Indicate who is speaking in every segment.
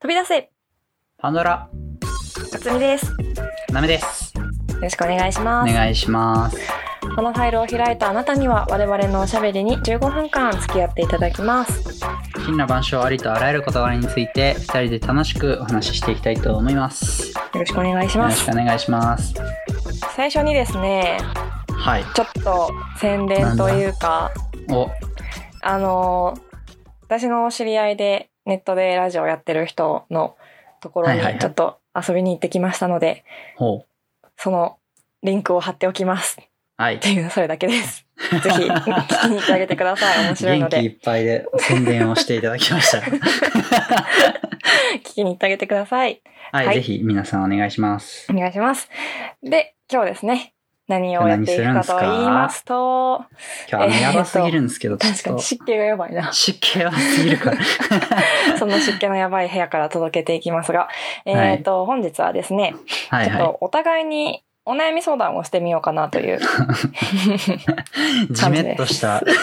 Speaker 1: 飛び出せ
Speaker 2: パンドラ、
Speaker 1: つみですよ
Speaker 2: なめです。
Speaker 1: ろしくお願いし
Speaker 2: お
Speaker 1: ます
Speaker 2: 願いします。
Speaker 1: このファイルを開いたあなたには我々のおしゃべりに15分間付き合っていただきます
Speaker 2: 金羅万象ありとあらゆる事柄について、二人で楽しくお話ししていきたいと思います。
Speaker 1: よろしくお願いし
Speaker 2: よ
Speaker 1: ま
Speaker 2: ろし
Speaker 1: す
Speaker 2: くお願いします。
Speaker 1: 最初にですね
Speaker 2: はい。
Speaker 1: ちょっと宣伝というか
Speaker 2: お、
Speaker 1: あの私の知り合いでネットでラジオやってる人のところ
Speaker 2: はいはいは
Speaker 1: に
Speaker 2: い
Speaker 1: ちょっと遊びに行ってきましたので、
Speaker 2: ほう。
Speaker 1: そのリンクを貼っておきますっ
Speaker 2: はい。
Speaker 1: ていうそれだけです ぜひ聞きに行ってあげてください面白いの
Speaker 2: 元気い
Speaker 1: で
Speaker 2: っぱいで宣伝をしていただき ました。
Speaker 1: 聞きに行ってあげてください
Speaker 2: はい、
Speaker 1: はい
Speaker 2: ぜひ皆さんお願いします
Speaker 1: お。願いします。で、今日ですね、何をやっていくかと言いますと、
Speaker 2: 今日雨やばすぎるんですけど、
Speaker 1: 確
Speaker 2: ち
Speaker 1: か
Speaker 2: ょっ
Speaker 1: に
Speaker 2: と。
Speaker 1: 湿気がやばいな
Speaker 2: 湿気やばすぎ るから。
Speaker 1: その湿気のやばい部屋から届けていきますが、えっ、と、本日はですね、
Speaker 2: はい
Speaker 1: ちょっ
Speaker 2: は
Speaker 1: とお互いにお悩み相談をしてみようかなと いう。
Speaker 2: い。じめっとした、
Speaker 1: 確か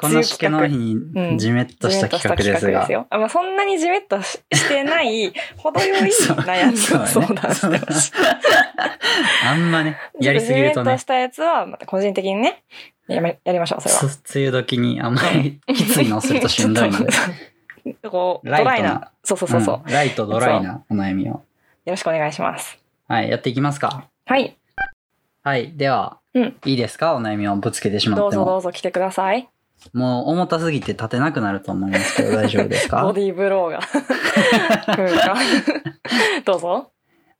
Speaker 2: この湿気の日
Speaker 1: う
Speaker 2: に
Speaker 1: ん
Speaker 2: じめっと
Speaker 1: に。
Speaker 2: した企画ですが。
Speaker 1: よ。あまあ、そんなにじめっとししてない、程よい悩みを
Speaker 2: そうそう
Speaker 1: 相
Speaker 2: ね
Speaker 1: 談してほしい。
Speaker 2: あんまね、やりすぎると
Speaker 1: ちょっじめっ
Speaker 2: ね
Speaker 1: とし、たやつは、また個人的にね、やめやりましょう、それは
Speaker 2: そ。梅雨時にあんまりき ついのをするとしんど いので。
Speaker 1: こう、ド
Speaker 2: ライトな
Speaker 1: ライな。そうそうそうそう、
Speaker 2: うんライトドライなお悩みを。
Speaker 1: よろしくお願いします。
Speaker 2: はい、やっていきますか。
Speaker 1: はい。
Speaker 2: はい、では、
Speaker 1: うん
Speaker 2: いいですかお悩みをぶつけてしま
Speaker 1: ど
Speaker 2: っ
Speaker 1: う
Speaker 2: て
Speaker 1: ぞど
Speaker 2: も。
Speaker 1: うぞ来てください。
Speaker 2: もう重たすぎて立てなくなると思いますけ ど、大丈夫です
Speaker 1: ボ
Speaker 2: か
Speaker 1: ディーブ ローが 来るか。 どうぞ。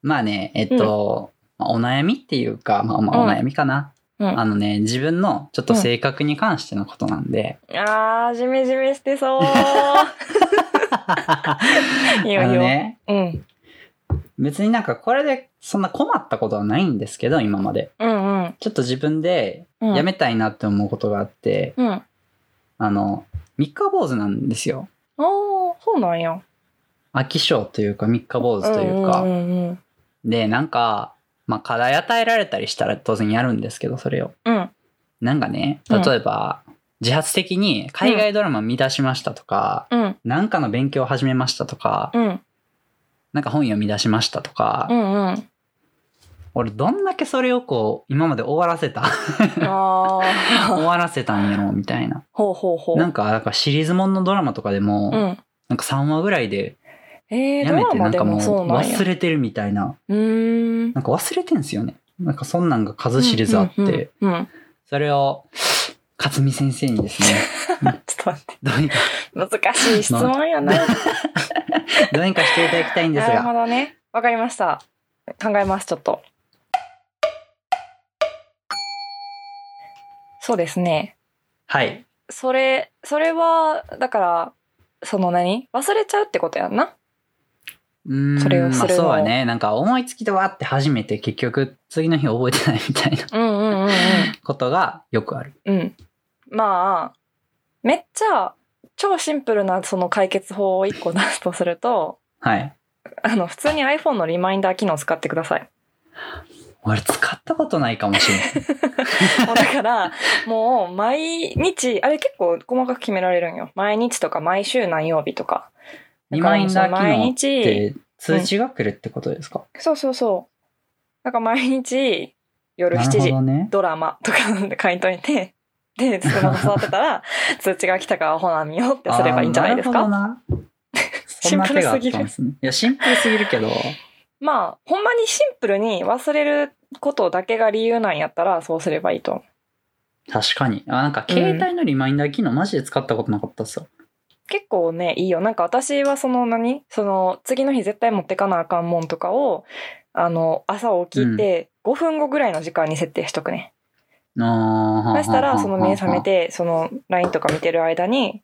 Speaker 2: まあね、えっと、まあお悩みっていうか、まあまあ
Speaker 1: うん
Speaker 2: お悩みかな。
Speaker 1: うん
Speaker 2: あのね、自分のちょっと性格に関してのことなんで、
Speaker 1: あー、じめじめして そう。 いいよ
Speaker 2: あ
Speaker 1: いい
Speaker 2: の
Speaker 1: よ。
Speaker 2: ね、
Speaker 1: うん。
Speaker 2: 別になんかこれでそんな困ったことはないんですけど、今まで。
Speaker 1: うんうん。
Speaker 2: ちょっと自分で
Speaker 1: うん、
Speaker 2: やめたいなって思うことがあって、
Speaker 1: うん。
Speaker 2: あの、三日坊主なんですよ。
Speaker 1: おー、そうなんや。
Speaker 2: 飽き性というか三日坊主というか。
Speaker 1: うんうんうん
Speaker 2: で、なんか、まあ課題与えられたりしたら当然やるんですけど、それを。
Speaker 1: うん。うん。
Speaker 2: なんかね、
Speaker 1: うん
Speaker 2: 例えば、自発的に海外ドラマ見出しましたとか、
Speaker 1: うん。
Speaker 2: なんかの勉強を始めましたとか、
Speaker 1: うん。
Speaker 2: なんか本読み出しましたとか、
Speaker 1: うんうん。
Speaker 2: 俺どんだけそれをこう、今まで終わら せた
Speaker 1: あ ー。
Speaker 2: 終わらせたんやろみたいな。
Speaker 1: ほうほうほう。
Speaker 2: なんか、なんかシリーズもんのドラマとかでも、
Speaker 1: うん。
Speaker 2: なんか3話ぐらいで
Speaker 1: えー、
Speaker 2: や
Speaker 1: ド
Speaker 2: め
Speaker 1: ラ
Speaker 2: てな
Speaker 1: マ
Speaker 2: ん
Speaker 1: で
Speaker 2: かも
Speaker 1: も
Speaker 2: う
Speaker 1: そうなんや。
Speaker 2: 忘れてるみたいな。
Speaker 1: うーん。
Speaker 2: なんか忘れてんすよね。なんかそんなんが数知れずあって、
Speaker 1: うんうんうんうん
Speaker 2: それを、勝美先生にですね、
Speaker 1: ちょっと待って
Speaker 2: どうにか、
Speaker 1: 難しい質問やな。
Speaker 2: どうにかしていただきたいんです
Speaker 1: なるほ
Speaker 2: が、
Speaker 1: どね。わかりました。考えます、ちょっと。そうですね。
Speaker 2: はい。
Speaker 1: それ、それは、だから、その何忘れちゃうってことやんな。
Speaker 2: うーん、
Speaker 1: それをする
Speaker 2: まあ
Speaker 1: の
Speaker 2: そうはね、なんか思いつきでわーって初めて結局次の日覚えてないみたいな
Speaker 1: うんうんうん
Speaker 2: ことがよくある。
Speaker 1: うん。うん。まあ、めっちゃ、超シンプルなその解決法を一個出すとすると、
Speaker 2: はい。
Speaker 1: あの、普通に iPhone のリマインダー機能使ってください。
Speaker 2: 俺使ったことないかもしれ ない。
Speaker 1: もうだから、もう毎日、あれ結構細かく決められるんよ。毎日とか毎週何曜日とか。
Speaker 2: リマインダー機能
Speaker 1: 機
Speaker 2: っ
Speaker 1: 能って
Speaker 2: 通知が来るってことですか、
Speaker 1: そうそうそう。なんか毎日夜
Speaker 2: な
Speaker 1: 7
Speaker 2: るほ
Speaker 1: 時
Speaker 2: どね。
Speaker 1: ドラマとかで書いといて、で、スマホ触ってたら 通知が来たからほな見ようってすればいいんじゃないです
Speaker 2: あー
Speaker 1: か。
Speaker 2: なるほどな。そんな手があったんですね。いや、シンプルすぎるけど、
Speaker 1: まあ、ほんまにシンプルに忘れることだけが理由なんやったらそうすればいいと思う。
Speaker 2: 確かに。あ、なんか携帯のリマインダー機能マジで使ったことなかったっすよ。
Speaker 1: 結構ねいいよなんか私はその何その次の日絶対持ってかなあかんもんとかをあの朝起きて5分後ぐらいの時間に設定しとくね、
Speaker 2: あ
Speaker 1: そ
Speaker 2: あ。
Speaker 1: したらその目覚め
Speaker 2: は
Speaker 1: てその LINE とか見てる間に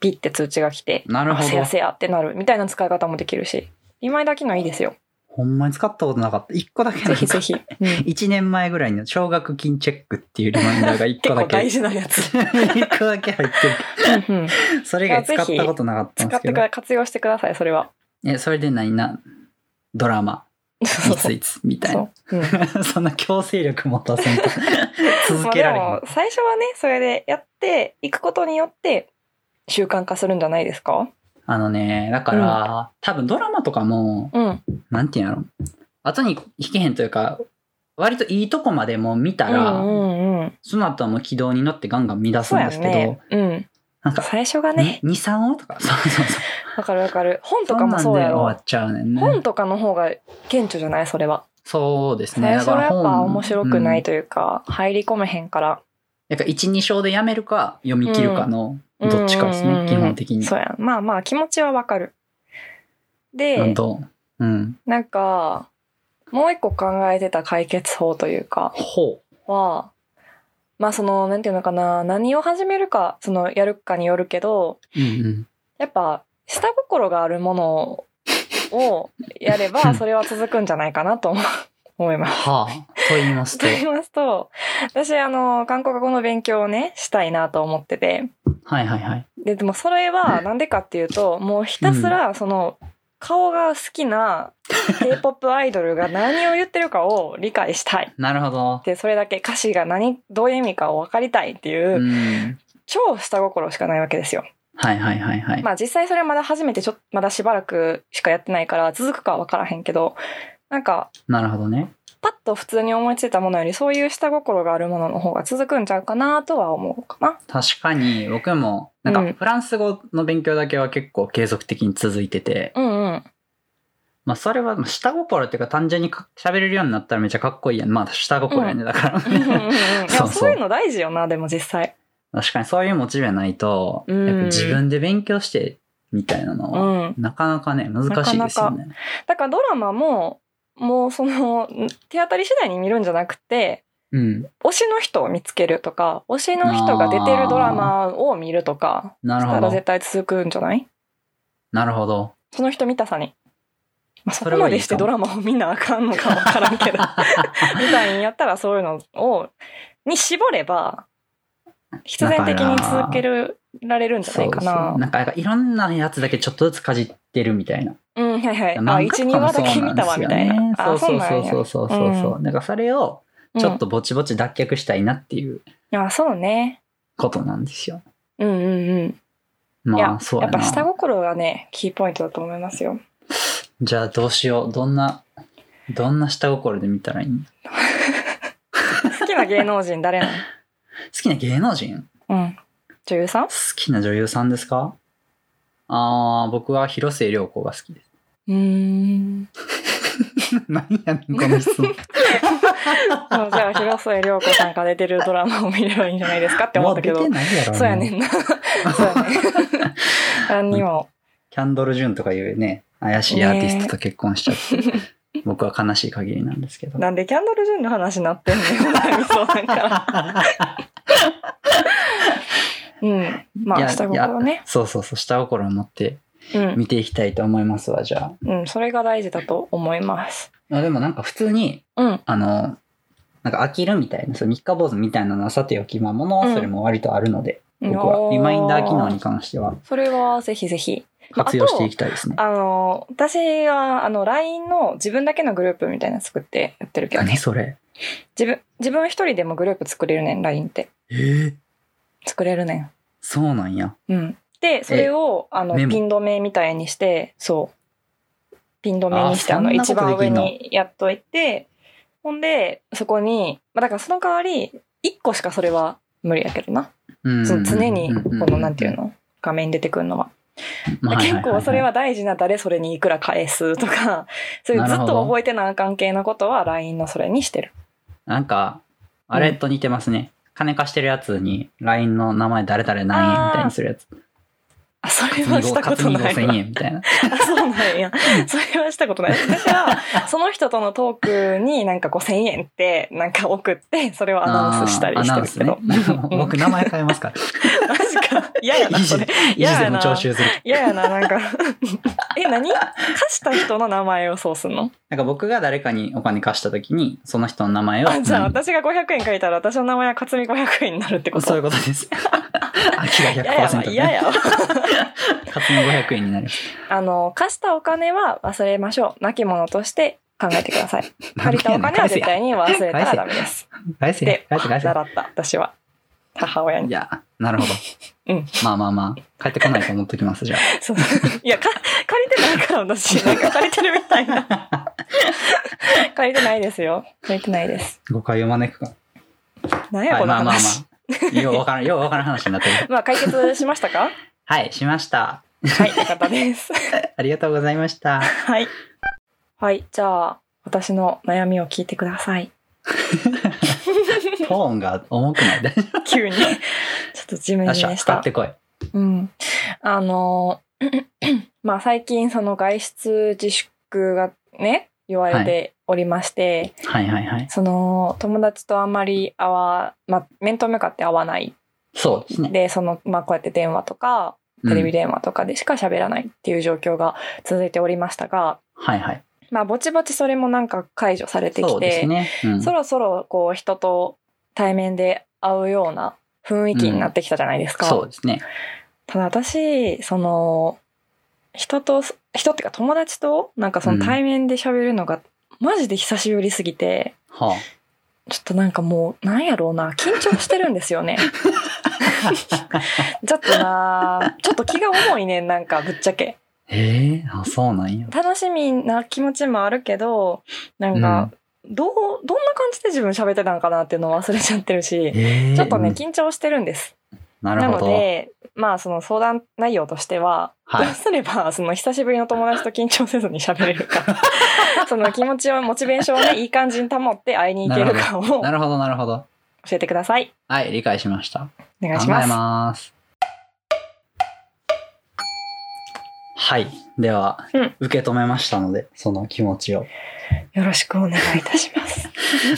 Speaker 1: ピッて通知が来て
Speaker 2: なるほど
Speaker 1: あせやせやってなるみたいな使い方もできるしリマインダー機能いい ですよ
Speaker 2: あはあ。ほんまに使ったことなかった。一個だけ
Speaker 1: ぜひぜひ、うん
Speaker 2: 1年前ぐらいの奨学金チェックっていうリマインダーが1
Speaker 1: 結
Speaker 2: 個だ
Speaker 1: 構
Speaker 2: け。
Speaker 1: 大事なや つ
Speaker 2: 1個だけ入って
Speaker 1: うんうん
Speaker 2: る。それ以外使ったことなかったんで
Speaker 1: 使っ
Speaker 2: すけ
Speaker 1: て
Speaker 2: ど。
Speaker 1: か活用してくださいそれは
Speaker 2: え、それで何な、ドラマ、いついつ、みたい
Speaker 1: そ
Speaker 2: な。
Speaker 1: う、うん、
Speaker 2: そんな強制力持たせん と続
Speaker 1: まあ
Speaker 2: け
Speaker 1: で
Speaker 2: られへん
Speaker 1: も。最初はねそれでやっていくことによって習慣化するんじゃないですか
Speaker 2: あのね、だから、多分ドラマとかも、
Speaker 1: うん。
Speaker 2: なんていうんやろ。後に引けへんというか、割といいとこまでも見たら、
Speaker 1: うんうんうん。
Speaker 2: その後はもう軌道に乗ってガンガン乱す
Speaker 1: そうんや
Speaker 2: です
Speaker 1: ん
Speaker 2: けど、
Speaker 1: ね。うん。
Speaker 2: なんか、
Speaker 1: 最初がね、
Speaker 2: 2、3音とか、そうそうそう。
Speaker 1: わかるわかる。本とかも
Speaker 2: そ
Speaker 1: そ
Speaker 2: ん
Speaker 1: う
Speaker 2: なん
Speaker 1: や
Speaker 2: で終
Speaker 1: ろ
Speaker 2: わ。っちゃうねん
Speaker 1: 本
Speaker 2: ね。
Speaker 1: とかの方が顕著じゃないそれは。
Speaker 2: そうです
Speaker 1: 最
Speaker 2: ね。だ
Speaker 1: 初
Speaker 2: か
Speaker 1: はや
Speaker 2: ら
Speaker 1: っ
Speaker 2: 本
Speaker 1: ぱ面白くな
Speaker 2: う
Speaker 1: い
Speaker 2: ん
Speaker 1: というか、入り込めへんから。
Speaker 2: だから1、2章でやめるか、読み切るかの、どっちかです
Speaker 1: うんうんうんう
Speaker 2: ね、
Speaker 1: ん
Speaker 2: 基本的に。
Speaker 1: そうやん。まあまあ気持ちはわかる。
Speaker 2: な
Speaker 1: で
Speaker 2: ん、と、うん。
Speaker 1: なんか、もう一個考えてた解決法というか、
Speaker 2: ほう。
Speaker 1: は、まあその、なんていうのかな、何を始めるか、その、やるかによるけど、
Speaker 2: うんうん。
Speaker 1: やっぱ、下心があるものをやれば、それは続くんじゃないかなと 思思います。
Speaker 2: はあ、と言います と
Speaker 1: と。言いますと、私、あの、韓国語の勉強をね、したいなと思ってて、
Speaker 2: はいはいはい。
Speaker 1: で、でもそれはなんでかっていうと、もうひたすら、その、顔が好きな K-POP アイドルが何を言ってるかを理解したい。
Speaker 2: なるほど。
Speaker 1: で、それだけ歌詞が何、どういう意味かを分かりたいっていうう、
Speaker 2: ん。
Speaker 1: 超下心しかないわけですよ。
Speaker 2: はいはいはいはい。
Speaker 1: まあ実際それはまだ初めてちょっとまだしばらくしかやってないから続くかは分からへんけどなんか
Speaker 2: なるほどね。
Speaker 1: パッと普通に思いついたものよりそういう下心があるものの方が続くんちゃうかなとは思うかな。
Speaker 2: 確かに、僕も、なん
Speaker 1: うん
Speaker 2: か、フランス語の勉強だけは結構継続的に続いてて、
Speaker 1: うん うん。
Speaker 2: まあ、それは、まあ下心っていうか、単純にか喋れるようになったらめっちゃかっこいいやん。まあ、下心やね、だから。
Speaker 1: うんうんうんい
Speaker 2: そ
Speaker 1: や
Speaker 2: うそう
Speaker 1: そういうの大事よなでも実際。
Speaker 2: 確かに、そういうモチベないと、
Speaker 1: うん
Speaker 2: やっぱ自分で勉強して、みたいなの
Speaker 1: う
Speaker 2: は、
Speaker 1: ん。
Speaker 2: なかなかね、難しいですよね。
Speaker 1: だからドラマももうその手当たり次第に見るんじゃなくて
Speaker 2: うん。
Speaker 1: 推しの人を見つけるとか推しの人が出てるドラマを見るとか
Speaker 2: なる
Speaker 1: した
Speaker 2: ほ
Speaker 1: ら
Speaker 2: ど
Speaker 1: 絶。対続くんじゃない
Speaker 2: なるほど。
Speaker 1: その人見たさに。まあ、そ
Speaker 2: そ
Speaker 1: こ
Speaker 2: れ
Speaker 1: ま
Speaker 2: はい
Speaker 1: で
Speaker 2: い
Speaker 1: して
Speaker 2: か
Speaker 1: ド
Speaker 2: も
Speaker 1: ラマを見なあかんのかわからんけ どみたいにやったらそういうのをに絞れば必然的に続けるられるんじゃないかな。
Speaker 2: なんか、なんかいろんなやつだけちょっとずつかじってるみたいな。
Speaker 1: うんはいはい。あ
Speaker 2: 漫画
Speaker 1: 一
Speaker 2: と
Speaker 1: 二
Speaker 2: かも
Speaker 1: 話
Speaker 2: そ
Speaker 1: だ
Speaker 2: うな
Speaker 1: け
Speaker 2: ん
Speaker 1: 見たわみたいな。
Speaker 2: ですよね
Speaker 1: あ
Speaker 2: そう
Speaker 1: なんや
Speaker 2: そうそうそうそうそう。
Speaker 1: う
Speaker 2: なんかそれをちょっとぼちぼち脱却したいなっていう
Speaker 1: うんあそうね。
Speaker 2: ことなんですよ。
Speaker 1: うんうんうん。い
Speaker 2: ま
Speaker 1: や
Speaker 2: あそう
Speaker 1: や
Speaker 2: や
Speaker 1: っぱ下
Speaker 2: な。
Speaker 1: 心がねキーポイントだと思いますよ。
Speaker 2: じゃあどうしよう。どんな、どんな下心で見たらいいの
Speaker 1: 好きな芸能人誰なの？
Speaker 2: 好きな芸能人
Speaker 1: うん。女優さん
Speaker 2: 好？きな女優さんですかあー、僕は広末涼子が好きです。
Speaker 1: うーん。
Speaker 2: 何やねん、こ の質問。
Speaker 1: もうじゃあ広末涼子さんが出てるドラマを見ればいいんじゃないですかって思ったけ
Speaker 2: も
Speaker 1: ど
Speaker 2: う出てないやろ。
Speaker 1: そうやね
Speaker 2: も
Speaker 1: んな そうやねん何にも
Speaker 2: キャンドル・ジュンとかいうね、怪しいアーティストと結婚しちゃって、 僕は悲しい限りなんですけど。
Speaker 1: なんでキャンドル・ジュンの話になってんのよ悩みそうだからうんま
Speaker 2: い
Speaker 1: あ
Speaker 2: や
Speaker 1: 下心ね
Speaker 2: そうそうそう、下心を持って
Speaker 1: うん、
Speaker 2: 見ていきたいと思いますわ、じゃあ。
Speaker 1: うん、それが大事だと思います
Speaker 2: あでもなんか普通に、
Speaker 1: うん
Speaker 2: あの、なんか飽きるみたいな、そう三日坊主みたいなのはさておき、まあ物忘れも割とあるので、僕はリマインダー機能に関しては
Speaker 1: それはぜひぜひまあ
Speaker 2: 活用していきたいですね。
Speaker 1: あの私はあの LINE の自分だけのグループみたいなの作ってやってるけど
Speaker 2: 何それ
Speaker 1: 自分自分一人でもグループ作れるねん LINE って
Speaker 2: えー
Speaker 1: 作れるねん
Speaker 2: そうなんや。
Speaker 1: うん、でそれをあの
Speaker 2: メモ
Speaker 1: ピン止めみたいにしてそうピン止めにして
Speaker 2: あ
Speaker 1: あの
Speaker 2: そんなこ
Speaker 1: 一
Speaker 2: とできんの
Speaker 1: 番上にやっといてほんでそこに、まあ、だからその代わり1個しかそれは無理やけどな、
Speaker 2: うん
Speaker 1: その常にこのなんていう、
Speaker 2: ん
Speaker 1: の画面に出てくるのは、
Speaker 2: まあ
Speaker 1: 結構それ、
Speaker 2: いいい
Speaker 1: は大事な誰それにいくら返すとかそういうずっ
Speaker 2: な
Speaker 1: と
Speaker 2: るほど
Speaker 1: 覚えてなあかん系のことは LINE のそれにしてる
Speaker 2: なんか、あれと似てますね。金貸してるやつに LINE の名前誰々何円みたいにするやつ。
Speaker 1: あそれ
Speaker 2: 勝
Speaker 1: は
Speaker 2: つ
Speaker 1: したことないわ
Speaker 2: 5000円みたいな。
Speaker 1: あ そうなんや。それはしたことない。私は、その人とのトークになんか5000円って、なんか送って、それをアナウンスしたりしてるけ
Speaker 2: あ
Speaker 1: ど。
Speaker 2: ーアナウンスね 僕名前変えます から。
Speaker 1: マジか。嫌や な、
Speaker 2: 維持
Speaker 1: そ
Speaker 2: 維
Speaker 1: れ。
Speaker 2: 持でも徴収する。
Speaker 1: 嫌やな、なんか。 え、何貸した人の名前をそうすんの
Speaker 2: なんか僕が誰かにお金貸した時に、その人の名前を。
Speaker 1: あじゃあ
Speaker 2: うん
Speaker 1: 私が500円借りたら私の名前は勝美500円になるってこ
Speaker 2: そうい
Speaker 1: と
Speaker 2: うこと です。あきら
Speaker 1: 嫌やわ、
Speaker 2: 100%
Speaker 1: 嫌
Speaker 2: ね。
Speaker 1: やわ。
Speaker 2: 勝つに500円になります。
Speaker 1: あの、貸したお金は忘れましょう。亡き者として考えてくだ さい。借りたお金は絶対に忘れたらダメです。
Speaker 2: 返せや。
Speaker 1: で、
Speaker 2: 返せや、返せや、返せ
Speaker 1: 習
Speaker 2: や。
Speaker 1: った、私は。母親
Speaker 2: い
Speaker 1: に。
Speaker 2: や、なるほど。
Speaker 1: うん
Speaker 2: まあまあまあ、帰ってこないと思っときます、 じゃ
Speaker 1: そういや、か借りてないから私、なんか借りてるみたいな。
Speaker 2: あ。
Speaker 1: 借りてないですよ。借りてないです。
Speaker 2: 誤解を招くか。
Speaker 1: 何や
Speaker 2: はい、
Speaker 1: この
Speaker 2: まあまあ
Speaker 1: 話。
Speaker 2: まあ。よう わからん、ようわからん話になってる。
Speaker 1: まあ解決しましたか
Speaker 2: はい、しました。
Speaker 1: はい、よかったです。
Speaker 2: ありがとうございました。
Speaker 1: はい。はい、じゃあ、私の悩みを聞いてください。
Speaker 2: トーンが重くない。大丈
Speaker 1: 急に。ちょっと地面
Speaker 2: 夫。
Speaker 1: に
Speaker 2: よ
Speaker 1: で
Speaker 2: っしゃ、
Speaker 1: し
Speaker 2: 使
Speaker 1: た
Speaker 2: っ。てこい。
Speaker 1: うん。あの、 まあ最近その外出自粛がね、言われておりまして、
Speaker 2: はいはいはい。
Speaker 1: その友達とあんまり会わ、まあ、面と向かって会わない。
Speaker 2: そうですね。
Speaker 1: で、その、まあこうやって電話とか、テレビ電話とかでしか喋らないっていう状況が続いておりましたが、
Speaker 2: うんはいはい。
Speaker 1: まあぼちぼちそれもなんか解除されてきて、
Speaker 2: そうですね。うん
Speaker 1: そろそろこう人と対面で会うような雰囲気になってきたじゃないですか。
Speaker 2: そうですね。
Speaker 1: ただ私、その、人と、人っていうか友達となんかその対面で喋るのがマジで久しぶりすぎて、
Speaker 2: は
Speaker 1: ちょっとなんかもう、なんやろうな、緊張してるんですよ ね。
Speaker 2: あ。
Speaker 1: ちょっとな、ちょっと気が重いねん、なんかぶっちゃけ。
Speaker 2: ええあ、そうなんや。
Speaker 1: 楽しみな気持ちもあるけど、なんか、どう、どんな感じで自分喋ってたのかなっていうのを忘れちゃってるし、
Speaker 2: ええ
Speaker 1: ちょっとね、
Speaker 2: うん
Speaker 1: 緊張してるんです。
Speaker 2: な
Speaker 1: な
Speaker 2: る
Speaker 1: の
Speaker 2: ほど。
Speaker 1: で、まあその相談内容としては、
Speaker 2: はい
Speaker 1: どうすればその久しぶりの友達と緊張せずに喋れる か、その気持ちを、モチベーションをね、いい感じに保って会いに行けるかを教
Speaker 2: なるほど、なるほど。
Speaker 1: えてください。
Speaker 2: はい、理解しました。
Speaker 1: お願い
Speaker 2: 考
Speaker 1: し
Speaker 2: え
Speaker 1: ます。
Speaker 2: ます。はい。では、
Speaker 1: うん
Speaker 2: 受け止めましたので、その気持 ちを。
Speaker 1: よろしくお願いいたします。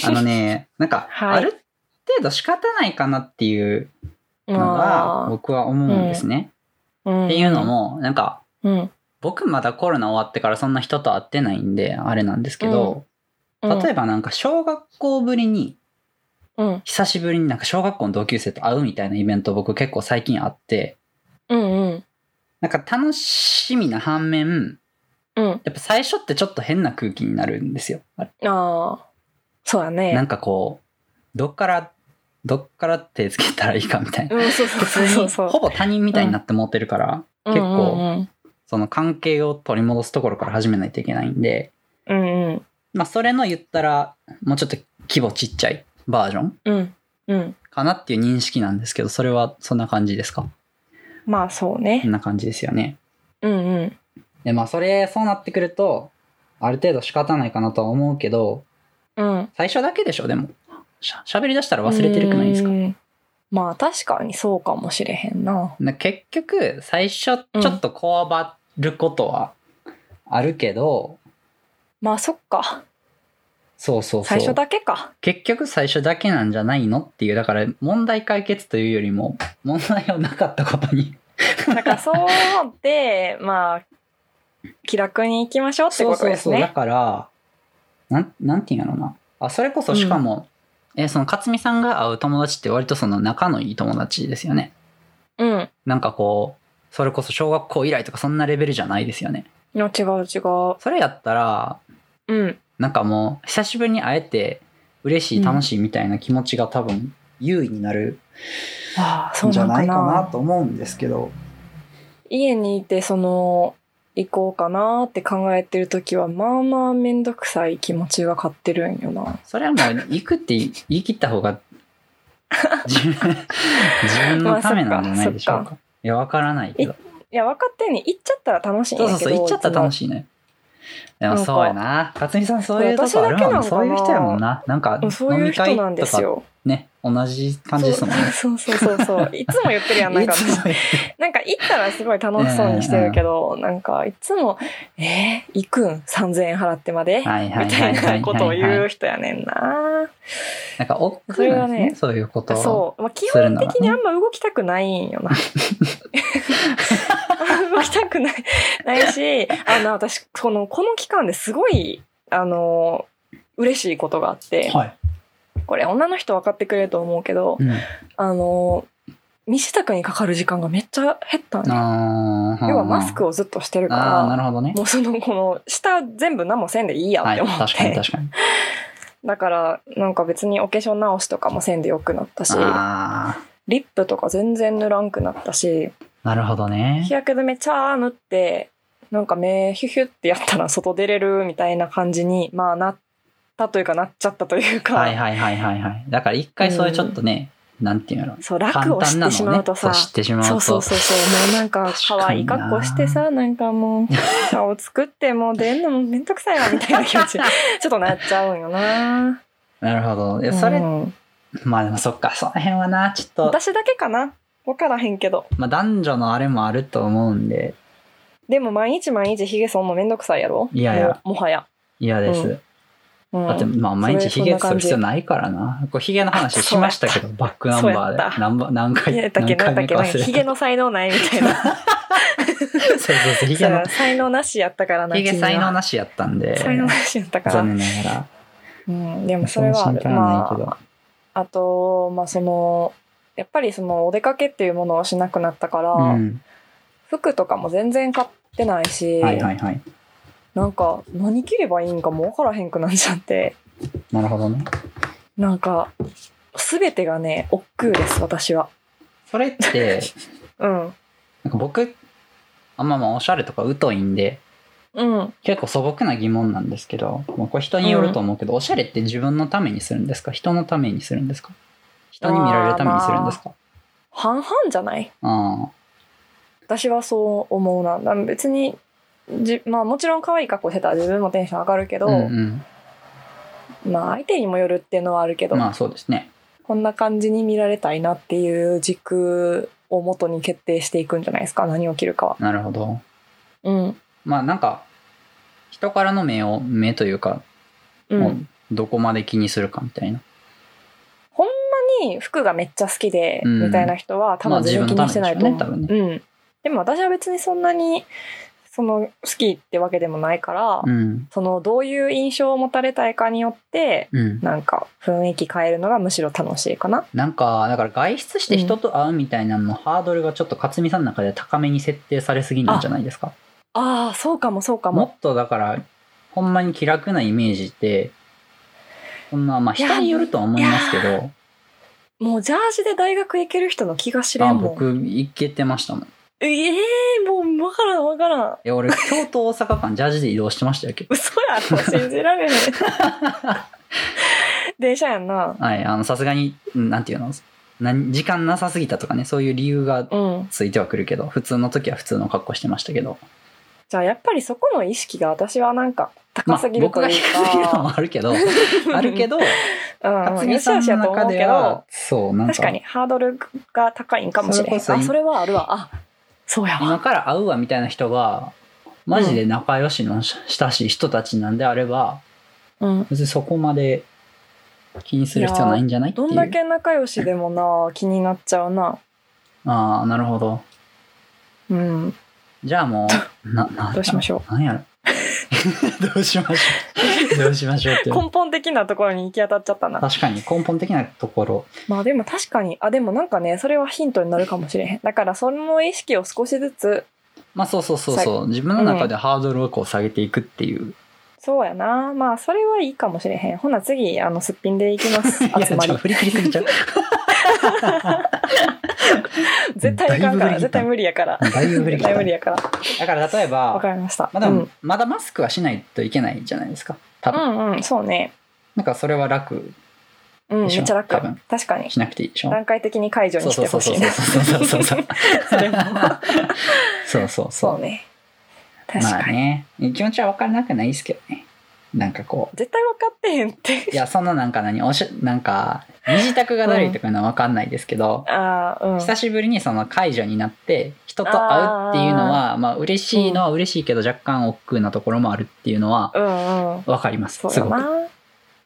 Speaker 2: あのね、なんか、
Speaker 1: はい
Speaker 2: ある程度仕方ないかなっていうのが
Speaker 1: ま
Speaker 2: 僕は思うんですね。
Speaker 1: あん
Speaker 2: っていうのも、なんか、
Speaker 1: うん、
Speaker 2: 僕まだコロナ終わってからそんな人と会ってないんで、あれなんですけど、例え
Speaker 1: え
Speaker 2: ばなんか小学校ぶりに、
Speaker 1: ば、うん、
Speaker 2: 久しぶりになんか小学校の同級生と会うみたいなイベント僕結構最近あって、
Speaker 1: うん、うん、
Speaker 2: なんか楽しみな反面、
Speaker 1: うん、
Speaker 2: やっぱ最初ってちょっと変な空気になるんですよ。あれ
Speaker 1: ああ、そうだ
Speaker 2: なん
Speaker 1: ね。
Speaker 2: かこう、どっから、どっから手つけたらいいかみたいな。
Speaker 1: うん、そうそうそうそうそう。
Speaker 2: ほぼ他人みたいになって持ってるから、結
Speaker 1: う
Speaker 2: 構、
Speaker 1: ん
Speaker 2: その関係を取り戻すところから始めないといけないんで、
Speaker 1: うんうん、
Speaker 2: まあそれの言ったら、もうちょっと規模ちっちゃいバージョン
Speaker 1: うん、うん、うん。
Speaker 2: かなっていう認識なんですけど、それはそんな感じですか
Speaker 1: まあそう
Speaker 2: こ
Speaker 1: ね。
Speaker 2: んな感じですよね。
Speaker 1: うん、うん、
Speaker 2: で、まあそれ、そうなってくると、ある程度仕方ないかなとは思うけど、
Speaker 1: うん。
Speaker 2: 最初だけでしょ、でも。しゃ喋り出したら忘れてるくないですか
Speaker 1: うんまあ確かにそうかもしれへんな。
Speaker 2: な結局最初
Speaker 1: うん
Speaker 2: ちょっとこわばることはあるけど、
Speaker 1: まあそっか。
Speaker 2: そうそうそう
Speaker 1: 最初だけか。
Speaker 2: 結局最初だけなんじゃないのっていうだから問題解決というよりも問題をなかったことに
Speaker 1: だからそう思って、 まあ、気楽に行きましょうって
Speaker 2: そう
Speaker 1: こと
Speaker 2: そう
Speaker 1: です
Speaker 2: そうだ
Speaker 1: ね。
Speaker 2: からなんなんていうんやろうなあそれこそしかも、えその勝美さんが会う友達って割とその仲のいい友達ですよね
Speaker 1: うん。
Speaker 2: なんかこうそれこそ小学校以来とかそんなレベルじゃないですよね
Speaker 1: いや違う違う。
Speaker 2: それやったら
Speaker 1: うん。
Speaker 2: なんかもう久しぶりに会えて嬉し
Speaker 1: う
Speaker 2: い
Speaker 1: ん
Speaker 2: 楽しいみたいな気持ちが多分優位になる
Speaker 1: ああ、そうん
Speaker 2: じ
Speaker 1: な
Speaker 2: ゃ
Speaker 1: の
Speaker 2: な
Speaker 1: か
Speaker 2: いかな
Speaker 1: な。
Speaker 2: と思うんですけど
Speaker 1: 家にいて、その、行こうかなって考えてる時は、まあまあめんどくさい気持ちが勝ってるんよな。
Speaker 2: それはもう行くって言い切った 方が自分自分のためなんじゃないでしょう
Speaker 1: まあ
Speaker 2: か。いやわからないけど
Speaker 1: いや、分かってんねん行っちゃったら楽しいん
Speaker 2: そうそ
Speaker 1: や
Speaker 2: う
Speaker 1: け
Speaker 2: そ
Speaker 1: ど。
Speaker 2: う行っちゃったら楽
Speaker 1: いつも。
Speaker 2: しいねでもそうやな勝美さんそういうとこある
Speaker 1: 私だけな
Speaker 2: も
Speaker 1: のか
Speaker 2: ん
Speaker 1: な
Speaker 2: そういう人やもんななんか
Speaker 1: うんそう
Speaker 2: 飲
Speaker 1: いう
Speaker 2: み
Speaker 1: 人
Speaker 2: 会
Speaker 1: なんで
Speaker 2: と
Speaker 1: す
Speaker 2: か
Speaker 1: よ。
Speaker 2: ね同じ感じですもんね
Speaker 1: そうそうそうそうそう。いつも言ってるやん。なんか
Speaker 2: いつも
Speaker 1: 私
Speaker 2: 言って
Speaker 1: なんか行ったらすごい楽しそうにしてるけど、なんかいつも、えー、行くん ?3000 円払ってまで、
Speaker 2: はいは
Speaker 1: み
Speaker 2: いは
Speaker 1: た
Speaker 2: い
Speaker 1: い
Speaker 2: はい
Speaker 1: なことを
Speaker 2: はい
Speaker 1: 言
Speaker 2: は
Speaker 1: う
Speaker 2: い
Speaker 1: 人やねんな。
Speaker 2: なんかおっ
Speaker 1: それはね
Speaker 2: そういうこと
Speaker 1: そう。まあ、基
Speaker 2: する
Speaker 1: 本
Speaker 2: ならね
Speaker 1: 的にあんま動きたくないんよな。あ んま動きたくない、ないし、あの、私、この、この期間ですごい、あの、嬉しいことがあって、
Speaker 2: はい、
Speaker 1: これ女の人分かってくれると思うけど、
Speaker 2: うん
Speaker 1: あの、身支度にかかる時間がめっちゃ減ったんよ
Speaker 2: ああ。
Speaker 1: 要はマスク
Speaker 2: を
Speaker 1: をずっとしてるか
Speaker 2: ああー、な
Speaker 1: ら、
Speaker 2: るほどね。
Speaker 1: もうその、この、下全部何もせんでいいやっ
Speaker 2: はい、
Speaker 1: て思って。
Speaker 2: 確かに確か に。
Speaker 1: だから、なんか別にお化粧直しとかもせんでよくなったし、
Speaker 2: あ
Speaker 1: リップとか全然塗らんくなったし、
Speaker 2: なるほどね
Speaker 1: 日。焼け止めちゃー塗って、なんか目ヒュヒュってやったら外出れるみたいな感じに、まあなったというかなっちゃったというか、
Speaker 2: はいはいはいはいはい。だから一回そういうちょっとね、なんていうの
Speaker 1: そう、
Speaker 2: 簡
Speaker 1: 楽を知っ
Speaker 2: 単な
Speaker 1: てし
Speaker 2: のを
Speaker 1: ま
Speaker 2: ね
Speaker 1: うと
Speaker 2: そ
Speaker 1: さ、
Speaker 2: う知ってしまうと。
Speaker 1: そうそうそうそう。もうなんか、可愛い
Speaker 2: 確かにな
Speaker 1: 格好してさ、なんかもう、顔作って、もう出んのもめんどくさいわ、みたいな気持ち、ちょっとなっちゃうんよな。
Speaker 2: なるほど。いやそれ、
Speaker 1: うん
Speaker 2: まあでもそっか、その辺はな、ちょっと、
Speaker 1: 私だけかなわからへんけど。
Speaker 2: まあ男女のあれもあると思うんで、
Speaker 1: でも毎日毎日髭剃んのめんどくさいやろ
Speaker 2: いやいや
Speaker 1: もうもはや。
Speaker 2: 嫌です。
Speaker 1: うんうん
Speaker 2: だって、まあ毎日
Speaker 1: そ
Speaker 2: ヒ
Speaker 1: れ
Speaker 2: ゲする必要ないからな。こうヒゲの話しましたけど、バックナン バ
Speaker 1: そうやっ
Speaker 2: ーで
Speaker 1: た
Speaker 2: 何ば何
Speaker 1: いや
Speaker 2: 回
Speaker 1: だっけ
Speaker 2: 何
Speaker 1: なんだっ
Speaker 2: 回目
Speaker 1: け
Speaker 2: か
Speaker 1: なん
Speaker 2: 忘
Speaker 1: か
Speaker 2: れ
Speaker 1: ヒゲ
Speaker 2: た。
Speaker 1: の才能ないみたいな。
Speaker 2: そうそうそう、ヒゲの
Speaker 1: そう才能なしやったからな。
Speaker 2: ヒゲ
Speaker 1: 君は
Speaker 2: 才能なしやったんで、
Speaker 1: 才能なしやったから
Speaker 2: 残。念なが
Speaker 1: うん、でも
Speaker 2: ら。
Speaker 1: それはあ
Speaker 2: 心
Speaker 1: る。
Speaker 2: 配はない
Speaker 1: ま
Speaker 2: けど。
Speaker 1: あ、あと、まあその、やっぱりそのお出かけっていうものをしなくなったから、
Speaker 2: うん、
Speaker 1: 服とかも全然買ってないし、
Speaker 2: はいはいはい。
Speaker 1: なんか何着ればいいんかも分からへんくなっちゃって、
Speaker 2: なるほどね。
Speaker 1: なんか、すべてがね、億劫です、私は。
Speaker 2: それ って、
Speaker 1: うん。
Speaker 2: なんか僕、あんままあおしゃれとか疎いんで、
Speaker 1: うん。
Speaker 2: 結構素朴な疑問なんですけど、まあ、これ人によると思うけど、おしゃれって自分のためにするんですか人のためにするんですか人に見られるためにするんですか
Speaker 1: 半々じゃない
Speaker 2: あ
Speaker 1: 私はそう思うな。だ別に、じまあもちろん可愛い格好してたら自分もテンション上がるけ
Speaker 2: あ
Speaker 1: ど、
Speaker 2: ー、うん
Speaker 1: まあ相手にもよるっていうのはあるけ
Speaker 2: う
Speaker 1: ど、
Speaker 2: ん。まあそうですね。
Speaker 1: こんな感じに見られたいなっていう軸を元に決定していくんじゃないですか、何を着るかは。
Speaker 2: なるほど。
Speaker 1: うん。
Speaker 2: まあなんか、人からの目を、目というか、
Speaker 1: う
Speaker 2: も
Speaker 1: ん
Speaker 2: う。どこまで気にするかみたいな。
Speaker 1: ほんまに服がめっちゃ好きで、
Speaker 2: うん
Speaker 1: みたいな人は多
Speaker 2: まあ
Speaker 1: 分
Speaker 2: 自
Speaker 1: 全
Speaker 2: 分
Speaker 1: 然
Speaker 2: の
Speaker 1: 気
Speaker 2: た
Speaker 1: に
Speaker 2: め
Speaker 1: して
Speaker 2: でし
Speaker 1: な
Speaker 2: ょ
Speaker 1: いうと思
Speaker 2: ね、多
Speaker 1: う。
Speaker 2: 分ね。
Speaker 1: うん。でも私は別にそんなに、その好きってわけでもないから、
Speaker 2: うん。
Speaker 1: そのどういう印象を持たれたいかによって、
Speaker 2: うん。
Speaker 1: なんか雰囲気変えるのがむしろ楽しいかな。
Speaker 2: なんか、だから外出して人と会うみたいなののハードルがちょっと勝美さんの中で高めに設定されすぎなんじゃないですか
Speaker 1: ああ、そうかもそうか
Speaker 2: も
Speaker 1: も。
Speaker 2: っとだから、ほんまに気楽なイメージって、そんな、まあ人によるとは思いますけ
Speaker 1: いや
Speaker 2: ど、
Speaker 1: もうジャージで大学行ける人の気が知れ
Speaker 2: あ
Speaker 1: んもん。
Speaker 2: 僕、いけてましたもん。
Speaker 1: ええー、もうわからんわからん。
Speaker 2: え、 俺、京都大阪間ジャージで移動してましたよ、結構
Speaker 1: 嘘やろ、信じられへ ん。電車やんな。
Speaker 2: はい、あの、さすがに、うんなんていうのなん時間なさすぎたとかね、そういう理由が
Speaker 1: うん。
Speaker 2: ついてはくるけど、普通の時は普通の格好してましたけど。
Speaker 1: じゃあやっぱりそこの意識が私はなんか高
Speaker 2: まあ
Speaker 1: すぎ、る
Speaker 2: 僕
Speaker 1: と
Speaker 2: が
Speaker 1: い
Speaker 2: 低すぎる
Speaker 1: う
Speaker 2: の
Speaker 1: か、
Speaker 2: もあるけど、あるけど、
Speaker 1: うんう
Speaker 2: 勝
Speaker 1: ん、
Speaker 2: 美
Speaker 1: よし
Speaker 2: さ
Speaker 1: よ
Speaker 2: ん
Speaker 1: しや
Speaker 2: の
Speaker 1: と
Speaker 2: 中
Speaker 1: 思う
Speaker 2: で
Speaker 1: けど
Speaker 2: は、そう、なん
Speaker 1: 確か
Speaker 2: か、
Speaker 1: にハードルが高いんかもしれへんあ
Speaker 2: それこそ今
Speaker 1: それはあるわあそうや
Speaker 2: 今
Speaker 1: わ
Speaker 2: から会うわみたいな人が、マジで仲良しの親しい人たちなんであれば、
Speaker 1: うん
Speaker 2: 別にそこまで気にする必要ないんじゃないってい
Speaker 1: ど
Speaker 2: うん
Speaker 1: だけ仲良しでもな気になっちゃうな
Speaker 2: ああなるほど
Speaker 1: うん
Speaker 2: じゃあもうな な
Speaker 1: どうしましょ
Speaker 2: うなんやろ どうしましょうどうしましょうって
Speaker 1: う根本的なところに行き当たっちゃったな
Speaker 2: 確かに根本的なところ
Speaker 1: まあでも確かにあでもなんかねそれはヒントになるかもしれへんだからその意識を少しずつ
Speaker 2: まあそうそうそうそう自分の中でハードルをこう下げていくっていう、
Speaker 1: そうやなまあそれはいいかもしれへんほな次あのすっぴんでいきます
Speaker 2: いやち
Speaker 1: 集
Speaker 2: ょっ
Speaker 1: まり
Speaker 2: と振り切りすぎち ゃう
Speaker 1: 絶対いかんか
Speaker 2: だ
Speaker 1: ら
Speaker 2: いぶ振り切った
Speaker 1: 絶対無理やから
Speaker 2: だいぶ振
Speaker 1: 絶
Speaker 2: り切っ
Speaker 1: 対無
Speaker 2: た
Speaker 1: 理やから
Speaker 2: だから例えば
Speaker 1: わかりました。
Speaker 2: まあでも
Speaker 1: うん
Speaker 2: まだマスクはしないといけないじゃないですか多
Speaker 1: う
Speaker 2: 分、
Speaker 1: んうん、そうね。
Speaker 2: なんかそれは楽
Speaker 1: うん、め
Speaker 2: でしょ
Speaker 1: っちゃ楽
Speaker 2: 多分
Speaker 1: か。確かに。
Speaker 2: しなくていいでしょ
Speaker 1: 段階的に解除
Speaker 2: そう
Speaker 1: にし
Speaker 2: そう
Speaker 1: てほ
Speaker 2: そうそ
Speaker 1: し
Speaker 2: う
Speaker 1: いな。
Speaker 2: そうそうそう
Speaker 1: それも
Speaker 2: そうそうそ
Speaker 1: そううね。確
Speaker 2: まあ
Speaker 1: かに。
Speaker 2: ね気持ちは分からなくないですけどねなんかこう
Speaker 1: 絶対分かってへんって。
Speaker 2: いやそんななんか何おしなんか身支度がだるいとかいうのは分かんないですけど、
Speaker 1: ああ、うん。
Speaker 2: 久しぶりにその解除になって人と会うっていうのはまあ嬉しいのは嬉しいけど若干億劫なところもあるっていうのは
Speaker 1: うんうん。
Speaker 2: 分かります、
Speaker 1: そう
Speaker 2: す
Speaker 1: や
Speaker 2: ごく
Speaker 1: な。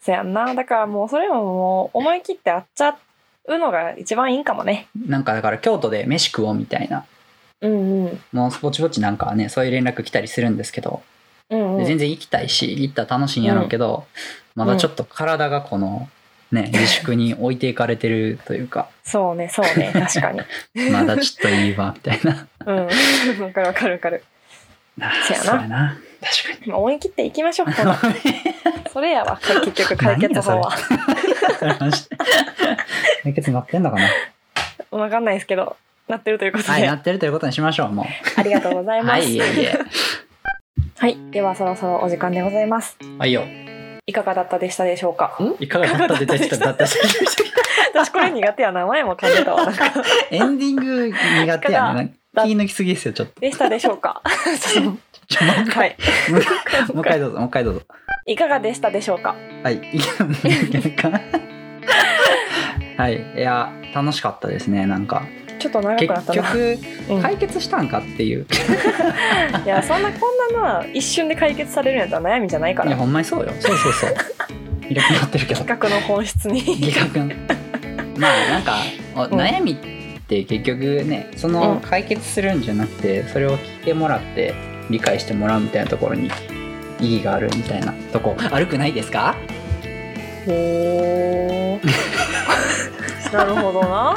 Speaker 1: そうやんな。だからもうそれももう思い切ってあっちゃうのが一番いいんかもね。
Speaker 2: なんかだから京都で飯食おうみたいな
Speaker 1: うんうん。
Speaker 2: もうぼちぼちなんかはねそういう連絡来たりするんですけど
Speaker 1: うんう
Speaker 2: で全
Speaker 1: ん。
Speaker 2: 然行きたいし行ったら楽しいんやろうけど、まだちょっと体がこの、ね、自粛に置いていかれてるとい うか
Speaker 1: そうね、そうね。確かに。
Speaker 2: まだちょっといいわみたいな
Speaker 1: うん。わかるわかるわかる。
Speaker 2: あ
Speaker 1: せ
Speaker 2: ー
Speaker 1: やな
Speaker 2: そうやな確かに
Speaker 1: 思い切っていきましょう。ほなそれやわ。結局解決法は。
Speaker 2: わかりました解決になってんのかな
Speaker 1: わかんないですけど、なってるということで、
Speaker 2: はい、なってるということにしましょう、も
Speaker 1: ありがとうござ
Speaker 2: う。
Speaker 1: いま
Speaker 2: は
Speaker 1: す。
Speaker 2: い、いえいえ。
Speaker 1: はい、ではそろそろお時間でございます。
Speaker 2: はいよ。
Speaker 1: いかがだったでしたでしょうか。
Speaker 2: いかがだったでしょうかだったでしょうか
Speaker 1: 私これ苦手やな、前も感じたわ。なんか
Speaker 2: エンディング苦手やね。気抜きすぎですよ、ちょっと。
Speaker 1: でしたでしょうか。
Speaker 2: ちょもう一
Speaker 1: は
Speaker 2: 回、
Speaker 1: い、
Speaker 2: もう一回もう一回どうぞ、もう一回どうぞ。
Speaker 1: いかがでしたでしょうか。
Speaker 2: はい。いやもういけるかはい。いや、楽しかったですね、なんか。
Speaker 1: ちょっと長くなっ
Speaker 2: 結
Speaker 1: たな。
Speaker 2: 局、
Speaker 1: うん
Speaker 2: 解決したんかっていう。
Speaker 1: いやそんなこんなな一瞬で解決されるんやったら悩みじゃないか
Speaker 2: いや、
Speaker 1: ら
Speaker 2: ほんまにそうよ。そうそうそう。いなくなってるけど。
Speaker 1: 企画の本質
Speaker 2: 理
Speaker 1: に
Speaker 2: 学のまあなんかお
Speaker 1: うん
Speaker 2: 悩みって結局ねそうの
Speaker 1: ん
Speaker 2: 解決するんじゃなくてそれを聞いてもらって理解してもらうみたいなところに意義があるみたいなとこ悪くないですか
Speaker 1: ほー なるほどな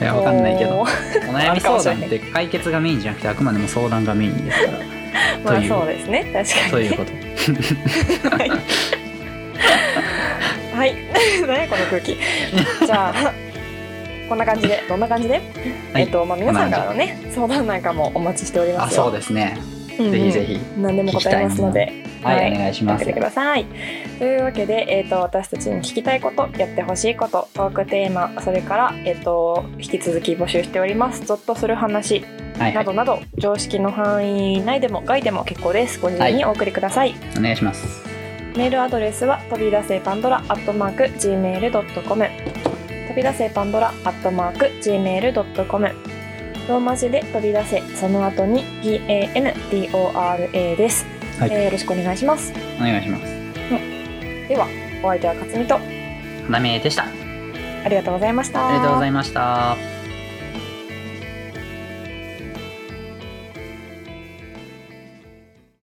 Speaker 1: い
Speaker 2: やわかんないけど
Speaker 1: ほ
Speaker 2: お
Speaker 1: ー
Speaker 2: 悩み相談って解決がメインじゃなくてあくまでも相談がメインですから
Speaker 1: ま
Speaker 2: と
Speaker 1: あ
Speaker 2: いう
Speaker 1: そうですね確か
Speaker 2: とい
Speaker 1: に
Speaker 2: う
Speaker 1: ね
Speaker 2: こと
Speaker 1: はい 何やこの 空気じゃあこんな感じでどんな感じで、えっとまあ皆さんからのね相談なんかもお待ちしておりま
Speaker 2: あ
Speaker 1: すよ
Speaker 2: そうですね
Speaker 1: うんうん
Speaker 2: ぜひぜひ
Speaker 1: 何でも答えますので
Speaker 2: は
Speaker 1: はいい
Speaker 2: お願いし
Speaker 1: や
Speaker 2: ま
Speaker 1: って
Speaker 2: す
Speaker 1: てください。というわけで、えー、と私たちに聞きたいことやってほしいことトークテーマそれから、えー、と引き続き募集しておりますゾッとする話
Speaker 2: はいは
Speaker 1: ないどなど、常識の範囲内でも外でも結構ですご自由にお送りください、
Speaker 2: お願いします
Speaker 1: メールアドレスは飛び出せパンドラアットマーク Gmail.com 飛び出せパンドラアットマーク Gmail.com ローマ字で飛び出せその後に PANDORA です、
Speaker 2: はい
Speaker 1: えーよろしくお願いします
Speaker 2: お願いします
Speaker 1: ではお相手は勝美と
Speaker 2: 花芽でした
Speaker 1: ありがとうございました。
Speaker 2: ありがとうございました